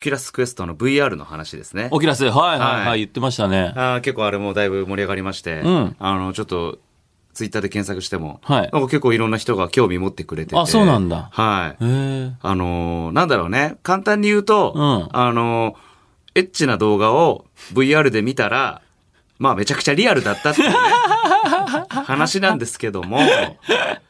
キュラスクエストの VR の話です ね。オキラス、はいはいははいい、言ってましたね。あー結構あれもだいぶ盛り上がりまして、うんあの、ちょっと、ツイッターで検索しても、はいなんか結構いろんな人が興味持ってくれてて。あそうなんだはい。へえ。あのーなんだろうね。簡単に言うと、うんあのーエッチな動画を VR で見たら、まあめちゃくちゃリアルだったっていう ね、話なんですけども、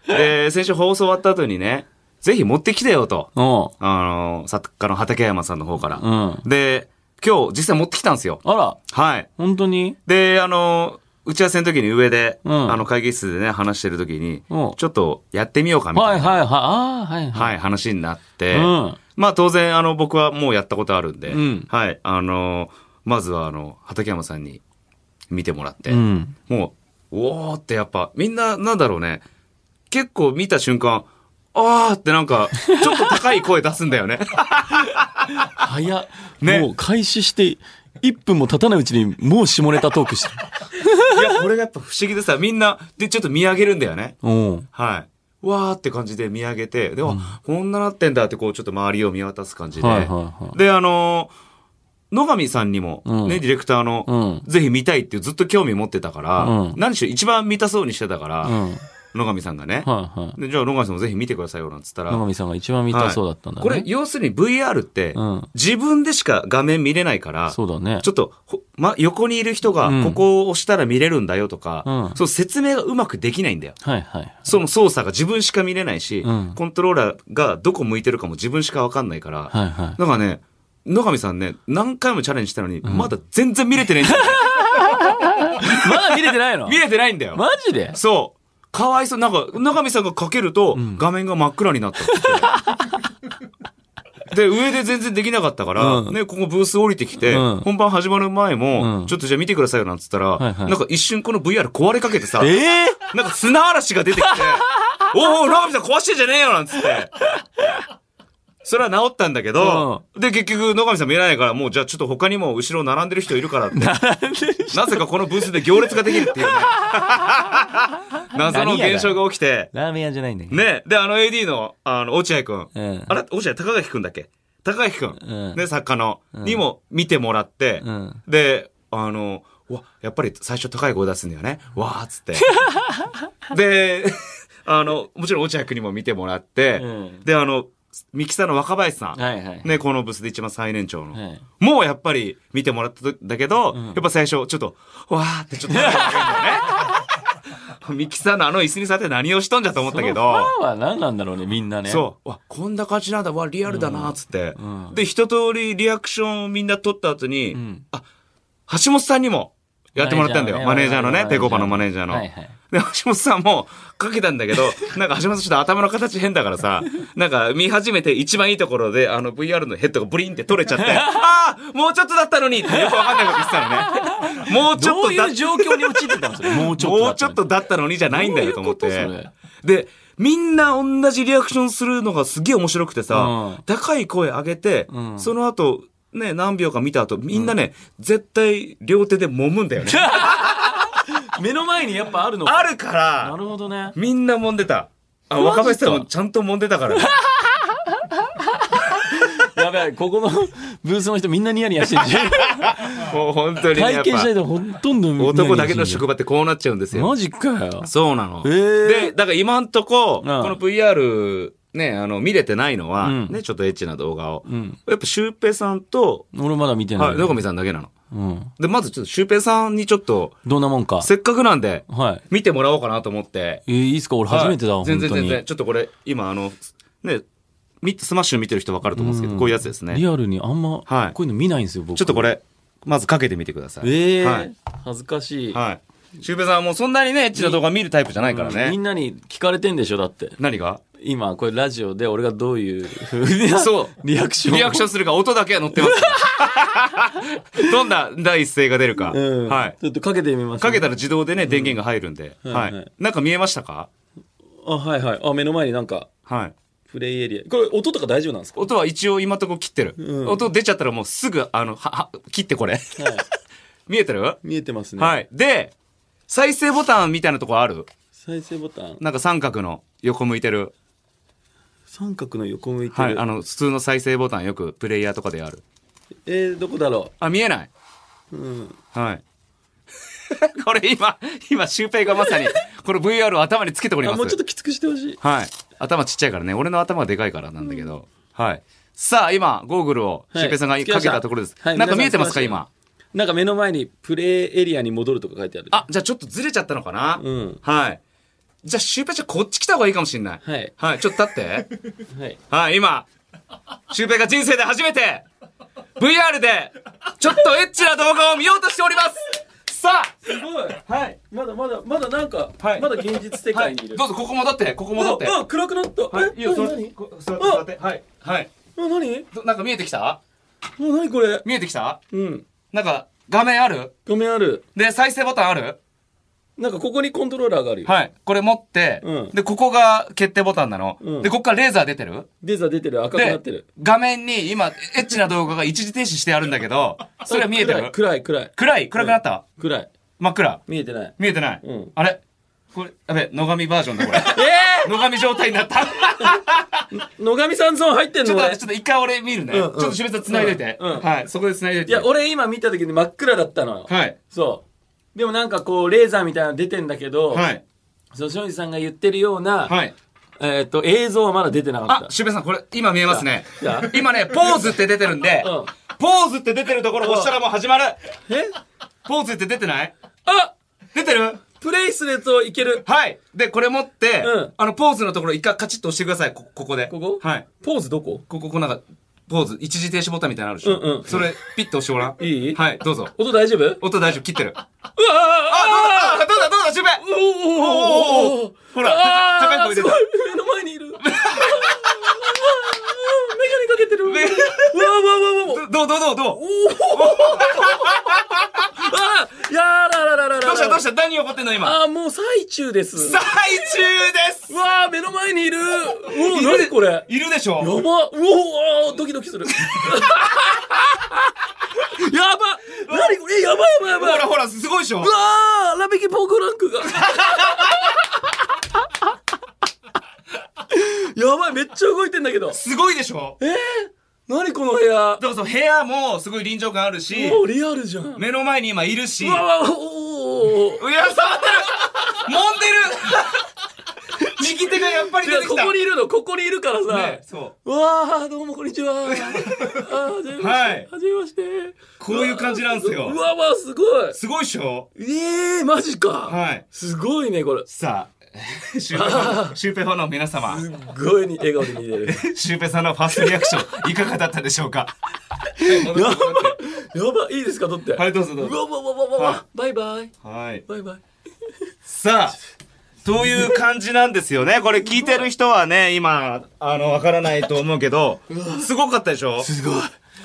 で、先週放送終わった後にね、ぜひ持ってきてよと、おうあのー作家の畠山さんの方から。うん。で、今日実際持ってきたんですよ。あら、はい。本当にで、あのー打ち合わせの時に上で、うんあの会議室でね、話してる時に、うんちょっとやってみようかみたいな。はいはいはい。ああ、はいは。はいい、話になって、うんまあ当然、あの、僕はもうやったことあるんで、うんはい、あの、まずは、あの、畠山さんに見てもらって、うん。もう、おーってやっぱ、みんな、なんだろうね、結構見た瞬間、あーってなん か、ちょっと高い声出すんだよね。早っ。ねもう開始して1分も経たないうちにもう下ネタトークして る。いや、これがやっぱ不思議でさ、みんな、で、ちょっと見上げるんだよね。おうはい。わーって感じで見上げて、では、あこんななってんだって、こう、ちょっと周りを見渡す感じで。はいはいはい。で、あのー野上さんにも、ね、うんディレクターの、うんぜひ見たいってずっと興味持ってたから、うん何しろ一番見たそうにしてたから、うん。はい野上さんがね、はい。でじゃあ野上さんもぜひ見てくださいよなんつったら、野上さんが一番見たそうだったんだね。はいこれ、要するに VR って、うん自分でしか画面見れないから、そうだねち。ょっと、ほま、横にいる人がう、んここを押したら見れるんだよとか、うんそう説明がうまくできないんだよ。はいはい。その操作が自分しか見れないし、うんコントローラーがどこ向いてるかも自分しかわかんないから、はいはい。なんかね、野上さんね、何回もチャレンジしたのに、まだ全然見れてないんだ よ。まだ見れてない の見れてないんだよ。マジでそう。かわいそう。なんか、野上さんがかけると、画面が真っ暗になったっ って。で、上で全然できなかったから、うんね、ここブース降りてきて、うん本番始まる前も、うんちょっとじゃあ見てくださいよなんつったら、はいはいなんか一瞬この VR 壊れかけてさ、ええなんか砂嵐が出て きて、おお、ラーメンさん壊してんじゃねえよなんつって。それは治ったんだけど、で、結局、野上さん見れないから、もう、じゃあちょっと他にも後ろ並んでる人いるからって。なぜかこのブースで行列ができるっていうね。謎の現象が起きて、ラーメン屋じゃないんだけど。。ね、で、あの AD の、あの、落合くん。うん。あれ落合、高垣くんだっけ高垣くうんん。ね、作家の。にも見てもらってうん、で、あの、うわ、やっぱり最初高い声出すんだよね。わーっつ って。で、あの、もちろん落合くんにも見てもらってうん、で、あの、ミキサーの若林さん。はいはい。ね、このブスで一番最年長の。はいもうやっぱり見てもらったとだけど、んやっぱ最初ちょっと、わーってちょっと高い声出るんだよね。 ミキサーのあの椅子に座って何をしとんじゃと思ったけど。そのファンは何なんだろうね、みんなね。そう。わ、こんな感じなんだ。わ、リアルだな、つって、うんで、一通りリアクションをみんな撮った後に、んあ、橋本さんにもやってもらったんだよ。マネージャーのね、ペコパのマネージャーの。はいはい。で、橋本さんもかけたんだけど、 なんか橋本さんちょっと頭の形変だからさ、なんか見始めて一番いいところで、あの VR のヘッドがブリンって取れち ゃって、ああもうちょっとだったのにってよくわかんないこと言って たのね。もうちょどっうとだいう状況に陥ってたんですかもうちょっとだもっうたちの。ょっとだったのにじゃないんだよと思って。どういうことで、みんな同じリアクションするのがすげえ面白くてさ、うん高い声上げて、うんその後、ね、何秒か見た後、みんなね、絶対両手で揉むんだよね。目の前にやっぱあるの かあるからなるほどね。みんな揉んでた。あ、マジか若林さんもちゃんと揉んでた からね。やべえ、ここのブースの人みんなニヤ ニヤしてるし。もう本当にね、や体っ験ぱ、した人ほとんどみんなニヤニヤしてる男だけの職場ってこうなっちゃうんですよ。マジかよ。そうなの。へーで、だから今んとこ、ああこの VR、ね、あの、見れてないのは、うんね、ちょっとエッチな動画を。うん。やっぱシュウペイさんと、俺まだ見てな。はいい、野上さんだけなの。うん。で、まずちょっとシュウペイさんにちょっと、どんなもんか。せっかくなんで、はい。見てもらおうかなと思って。えー、いいっすか俺初めてだ、はい全本当に。然全然。ちょっとこれ、今あの、ね、みスマッシュ見てる人わかると思うんですけど、うんこういうやつですね。ちリょアルにあんま、はいこういうの見ないんですよ、僕。っとこ。れ、まずかけてみてください。ええーはい。恥ずかしい。はい。シュウペイさんはもうそんなにね、エッチな動画見るタイプじゃないからみね。んなに聞かれてんでしょだって。何が今、これラジオで俺がどういうふうなそうリアクションを。リアクションするか、音だけは乗ってます から。どんな第一声が出るか。うん。はい。ちょっとかけてみます、かけたら自動でね、電源が入るんで。うんははいはいい。なんか見えましたかあ、はいはい。あ、目の前になんか、はい。プレイエリア。これ、音とか大丈夫なんですか音は一応今んとこ切ってる。うん音出ちゃったらもうすぐ、あの、は、は、切って これ。はい。見えてる見えてますね。はい。で、再生ボタンみたいなとこある再生ボタン。なんか三角の横向いてる。三角の横向いてはい。る。あの、普通の再生ボタンよくプレイヤーとかである。えー、どこだろあ、見えない。う。うん。はい。 これ今、今、シュウペイがまさに、この VR を頭につけておりあ、ます。もうちょっときつくしてほしい。はい。頭ちっちゃいからね。俺の頭がでかいからなんだけど。はい。さあ、今、ゴーグルを、はいシュウペイさんがかけたところです。つけましたはいなんか見えてますか、皆さ今。なんか目の前にプレイエリアに戻るとか書いてある。あ、じゃあちょっとずれちゃったのかな、うん。はい。じゃあ、シュウペイちゃんこっち来た方がいいかもしんない。はいはい、ちょっと立って。はい。はい、今、シュウペイが人生で初めて、VR で、ちょっとエッチな動画を見ようとしておりますさあすごい。はい。まだまだ、まだなんか、はいまだ現実世は界い、にいる。どうぞ、ここ戻って、ここ戻って。あ、あ暗くなった。はい、えいいよ、何座って何こ座って、座って。はい、はい。あ、何どなんか見えてきたあ、何これ。見えてきたうん。なんか、画面ある画面ある。で、再生ボタンあるなんかここにコントローラーがあるよ。はい。これ持って、うんで、ここが決定ボタンなの。うんで、ここからレーザー出てるデーザー出てる。赤くなでってる。、画面に今、エッチな動画が一時停止してあるんだけ ど、それは見えてる暗い、暗い。暗い暗くなった、暗い。真っ暗見えてない。見えてない、うんあれこれ、やべ、野上バージョン だ、これ。え野上状態にな った。え野上さんゾーン入ってんちょのっと待っ俺て、ちょっと一回俺見るね。うんうんちょっと清水さん繋いでて、うんうんはい、そこで繋いでて。いや、俺今見た時に真っ暗だったのよ。はい。そう。でもなんかこう、レーザーみたいなの出てんだけど、はい。その庄司さんが言ってるような、はい。えっ、と、映像はまだ出てなかあっ、シュウペイさん、これ、今見えますねいや。今ね、ポーズって出てるんで、うんポーズって出てるところ押したらもう始まる。た。えポーズって出てないあ出てるプレイスレットいける。はい。で、これ持って、うんあの、ポーズのところ一回カチッと押してください。こここで。ここはい。ポーズどこここ、こうなんか、ポーズ、一時停止ボタンみたいなのあるでしょ。うんうんそれ、ピッと押してごらん。いいはい、どうぞ。音大丈夫うわ音大丈夫、切ってる。あ、あどうだ、どうだ、どうだ、シュウペイおおおおほらあー高い声出たすごい目の前にいる。あーあーあーメガネかけてる。うわうわうわうわうわ。どう、どう、どう、どうあーやらららららら。どうした、どうした、何起こってんの今。あーもう最中です。最中ですうわー目の前にいる。うおなにこれ。やいるでしば。ょうおードキドキする。やば。なにこれえやばいやばいやばほい。らほら、すごいでしょうわーラビキポークラン クが。やばい、めっちゃ動いてんだけど。すごいでしょえー、何この部屋。どうぞ、部屋もすごい臨場感あるし、もうリアルじゃん。うわ目の前に今いるし、うや、わ、おーおーおー。触ってる 揉んでる右手がやっぱり出いてきや、こたこにいるの、ここにいるからさ。ね、そう。うわあ、どうもこんにち は。あーはじめまして。はいはじめまして。こういう感じなんですよう。わうわ、すごい。すごいでしょええー、マジか。はいすごいね、これ。すさ あ、シュウペイファンシュウペイファンの皆様、っごいに笑顔で見て る。シュウペイさんのファーストリアクシ ョン、いかがだったでしょうかやば、やば、いいですか、撮って。はい、どうぞうどわうぞ。うわうわうわうわ、はバイバイ。はい。バイバイ。さあ、という感じなんですよね。これ聞いてる人はね、今、あの、わからないと思うけど、すごかったでしょすごい。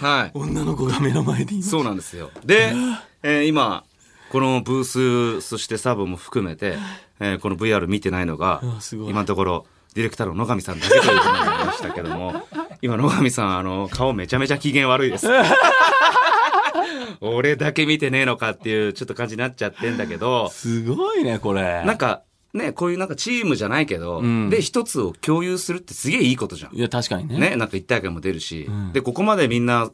はい。女の子が目の前 にいます。そうなんですよ。で、えー今、このブース、そしてサブも含めて、えーこの VR 見てないのがうわすご、い今のところ、ディレクターの野上さんだけということになりましたけど も、今野上さん、あの、顔めちゃめちゃ機嫌悪いです。 俺だけ見てねえのかっていう、ちょっと感じになっちゃってんだけど、すごいね、これ。なんか、ね、こういうなんかチームじゃないけど、んで、一つを共有するってすげえいいことじゃん。いや、確かにね。ね、なんか一体感も出るし、で、ここまでみんな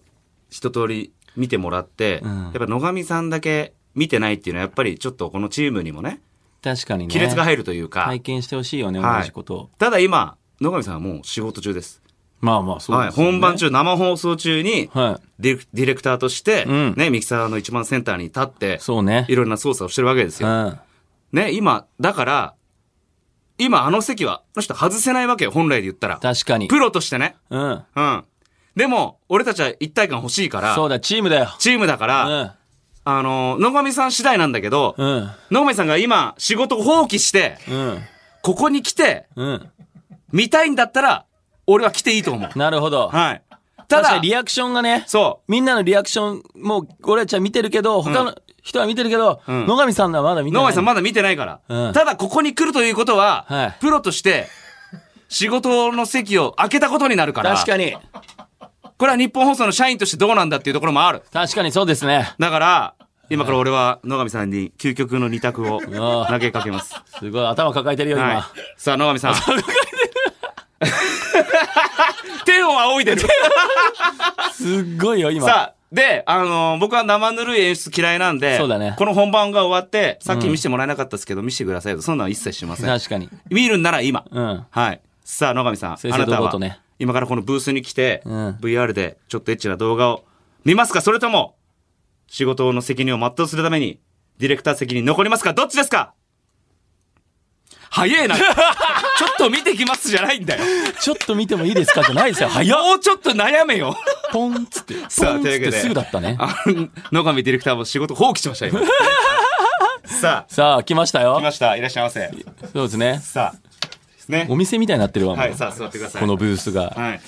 一通り見てもらって、うんやっぱ野上さんだけ見てないっていうのはやっぱりちょっとこのチームにもね、確かにね。亀裂が入るというか、体験してほしいよね、はい同じことを。ただ今、野上さんはもう仕事中です。まあまあ、そうはでい、すよね本番。中、生放送中に、はディレクディレクターとして、うんね、ミキサーの一番センターに立ってい。、そうね。いろいろな操作をしてるわけですうよ。ん。ね、今、だから、今あの席は、あの人外せないわけよ、本来で言ったら。確かに。プロとしてね。うん。うん。でも、俺たちは一体感欲しいから、そうだ、チームだよ。チームだかうら、ん。あの、野上さん次第なんだけど、うん。野上さんが今、仕事を放棄して、うん。ここに来て、うん。見たいんだったら、俺は来ていいと思う。なるほど。はい。たただ、だ、リアクションがね、そみんなのリアクション、もう、俺たちは見てるけど、他の人は見てるけど、ん野上さんはまだ見う、てない。野上さんまだ見てないから。うんただ、ここに来るということは、はいプロとして、仕事の席を開けたことになるから、確かに。これは日本放送の社員としてどうなんだっていうところもある。確かにそうですね。だから、今から俺は野上さんに究極の二択をわ投げかけます。すごい、頭抱えてるよ、今。はい。さあ、野上さん。 天を仰いでる。すっごいよ、今。さあ、で、あのー僕は生ぬるい演出嫌いなんで、そうだねこの本番が終わって、さっき見せてもらえなかったですけど、見せてくださいよ。そんなの一切しません。確かに。見るんなら今。うん。はい。さあ、野上さん、正あな々堂々たとは、ね今からこのブースに来て、うん VR でちょっとエッチな動画を見ますかそれとも、仕事の責任を全うするために、ディレクター責任残りますかどっちですか 早え な。ちょっと見てきますじゃないんだよ。ちょっと見てもいいですかじゃないですよ。はい。もうちょっと悩めよ。ポンっつって。さあポンっというわけでつってすぐだったね。あの野上ディレクターも仕事放棄しま した、今。さあ、さあ、来ました来よ。ました。いらっしゃいませ。そうですね。さあ、ですねお。店みたいになってるわ、もうはい、さあ、座ってください。このブースが。はい。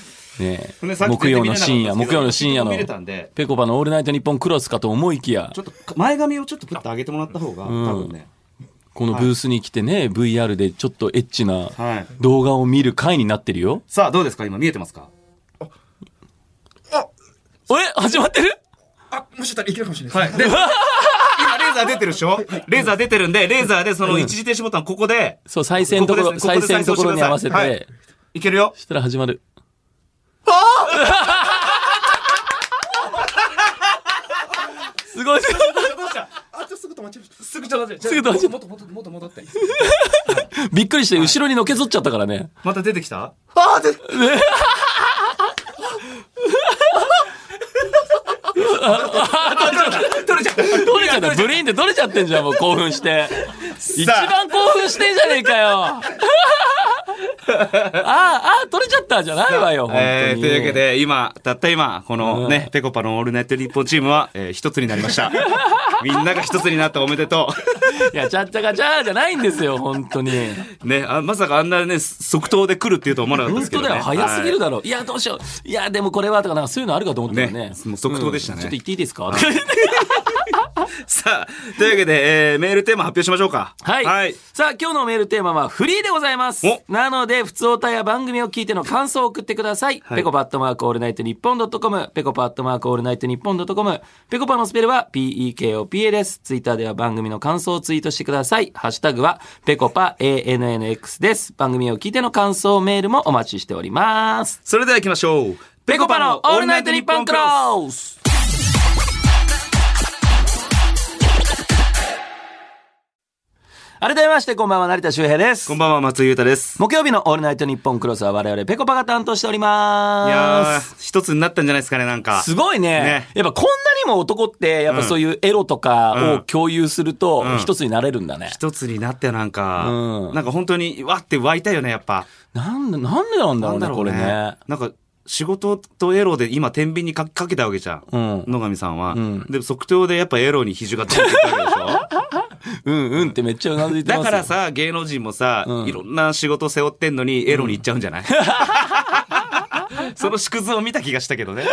ねえでさっき木曜の深夜、全然見れなかったんですけど木曜の深夜の見れたんで、ペコパのオールナイトニッポンクロスかと思いきやち、ょっと前髪をちょっとプッと上げてもらった方が、多分ね。このブースに来てね、VR でちょっとエッチなはい動画を見る回になってるよ。さあ、どうですか今見えてますかえ始まってるあ、もしかしたらいけるかもしれないです。はい。 今、レーザー出てるでしょレーザー出てるんで、レーザーでその一時停止ボタンここで、そう、再生のところ、ここですね再生のところに合わせここで再生て、いけるよそしたら始まる。すごい。どうしたあ、ちょっとすぐ止まっちゃいました。すぐ止まっちゃいました。すぐ止まっちゃうもっともっともっと戻って。 びっくりして、後ろにのけぞっちゃったからね。また出てきたあーで、取れちゃった取れちゃった。ブリーンって取れちゃってんじゃん、もう興奮して。 一番興奮してんじゃねえかよ。 ああ、ああ、取れちゃったじゃないわよ、本当に。えー、というわけで、今、たった今、このね、うペコパのオールナイト日本チームは、えー一つになりま した。みんなが一つになったおめでといや、ちゃっちゃかちゃーじゃないんですよ、本当に。う。ね、あまさかあんなね、即答で来るっていうとは思わなかったで本すけ当ど、ね。だよ、早すぎるだだろ。いや、どうしよう。いや、でもこれは、とか、なんかそういうのあるかと思ったよねね。もう即答でしたねうんちょっと言っていいですかさあ、というわけで、えーメールテーマ発表しましょうか。 はい、はい。さあ、今日のメールテーマはフリーでございますお。なので、普通歌や番組を聞いての感想を送ってください。はいペコパットマークオールナイトニッポンドットコム。ペコパットマークオールナイトニッポンドットコム。ペコパのスペルは PEKOPA です。ツイッターでは番組の感想をツイートしてください。ハッシュタグはペコパ ANNX です。番組を聞いての感想メールもお待ちしております。それでは行きましょう。ペコパのオールナイトニッポンクロス改めまして、こんばんは、成田修平ですこん。ばんは、松井裕太です。木曜日のオールナイトニッポンクロスは我々ペコパが担当しておりいやまー、一つになったんじゃないですかね、なんか。す。すごいねねやっぱこんなにも男って、やっぱそういうエロとかを共有するとうん、一つになれるんだね。一つになってなんか、うんなんか本当に、わって湧いたよね、やっぱ。なんで、なんでなんだろうね、これね。なんか、仕事とエロで今、天秤にかかけたわけじゃん。うん野上さんは。んでも即答でやっぱエロに比重がついてたわけでし ょうんうんってめっちゃうなずいてだますよ。からさ、芸能人もさ、うんいろんな仕事背負ってんのにエロに行っちゃうんじゃ ない、その縮図を見た気がしたけどね。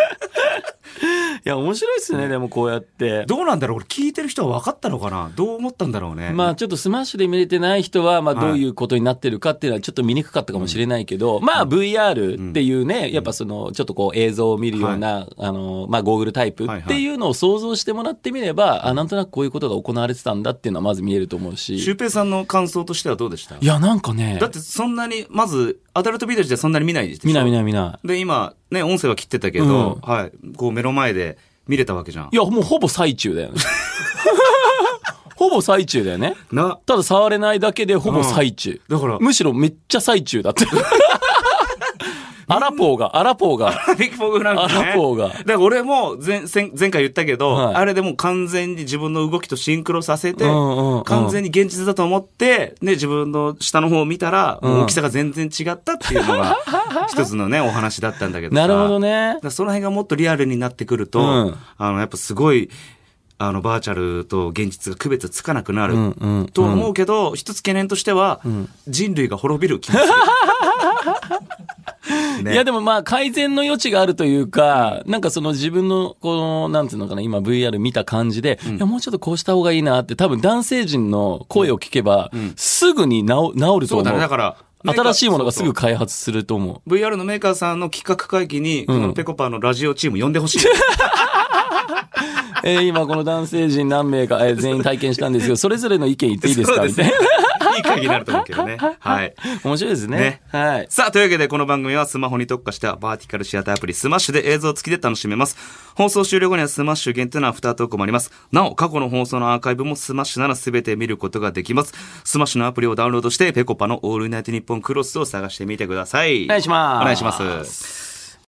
いや、面白いっすね、でもこうやって。どうなんだろう俺聞いてる人は分かったのかなどう思ったんだろうね。まあちょっとスマッシュで見れてない人は、まあはいどういうことになってるかっていうのはちょっと見にくかったかもしれないけど、まあ VR っていうね、やっぱその、ちょっとこう映像を見るような、あの、まあゴーグルタイプはいはいっていうのを想像してもらってみれば、あ、なんとなくこういうことが行われてたんだっていうのはまず見えると思うシュし。ウペイさんの感想としてはどうでしたいや、なんかねだっ、てそんなに、まず、アダルトビデオじゃそんなに見ないでしょ見ない見ない見なで、今、ね、音声は切ってたけうどん、はい、こう目の前で見れたわけじゃんい。い。や、もうほぼ最中だよね。 ほぼ最中だよね。な、ただ触れないだけでほぼ最中。だから、むしろめっちゃ最中 だった。アラポーが、アラポーが。ビッグフォグランク、ね。アラフォーがだから俺も前、前前回言ったけど、はいあれでもう完全に自分の動きとシンクロさせて、うんうんうん完全に現実だと思って、ね、自分の下の方を見たら、もう大きさが全然違ったっていうの が、一つのね、お話だったんだけどなさるほど。ねだか。らその辺がもっとリアルになってくると、うんあの、やっぱすごい、あの、バーチャルと現実が区別つかなくなる。うんうん。とは思うけど、一つ懸念としては、人類が滅びる気がす る。ねいやでもまあ改善の余地があるというか、なんかその自分のこの、なんていうのかな、今 VR 見た感じで、いやもうちょっとこうした方がいいなって多分男性陣の声を聞けば、すぐに治治るとそうだ思ね。だう。から、新しいものがすそうぐ開発すると思う。そう VR のメーカーさんの企画会議に、このペコパのラジオチーム呼んでほしい。 えー今この男性陣何名か、えー全員体験したんですよ。それぞれの意見言っていいですか そうみですたいな。いい会議になると思うけどね。はい。 面白いですね。ねはい。さあ、というわけでこの番組はスマホに特化したバーティカルシアターアプリスマッシュで映像付きで楽しめます。放送終了後にはスマッシュ限定のアフタートークもあります。なお、過去の放送のアーカイブもスマッシュなら全て見ることができます。スマッシュのアプリをダウンロードして、ペコパのオールナイトニッポンクロスを探してみてください。お願いしますお願いします。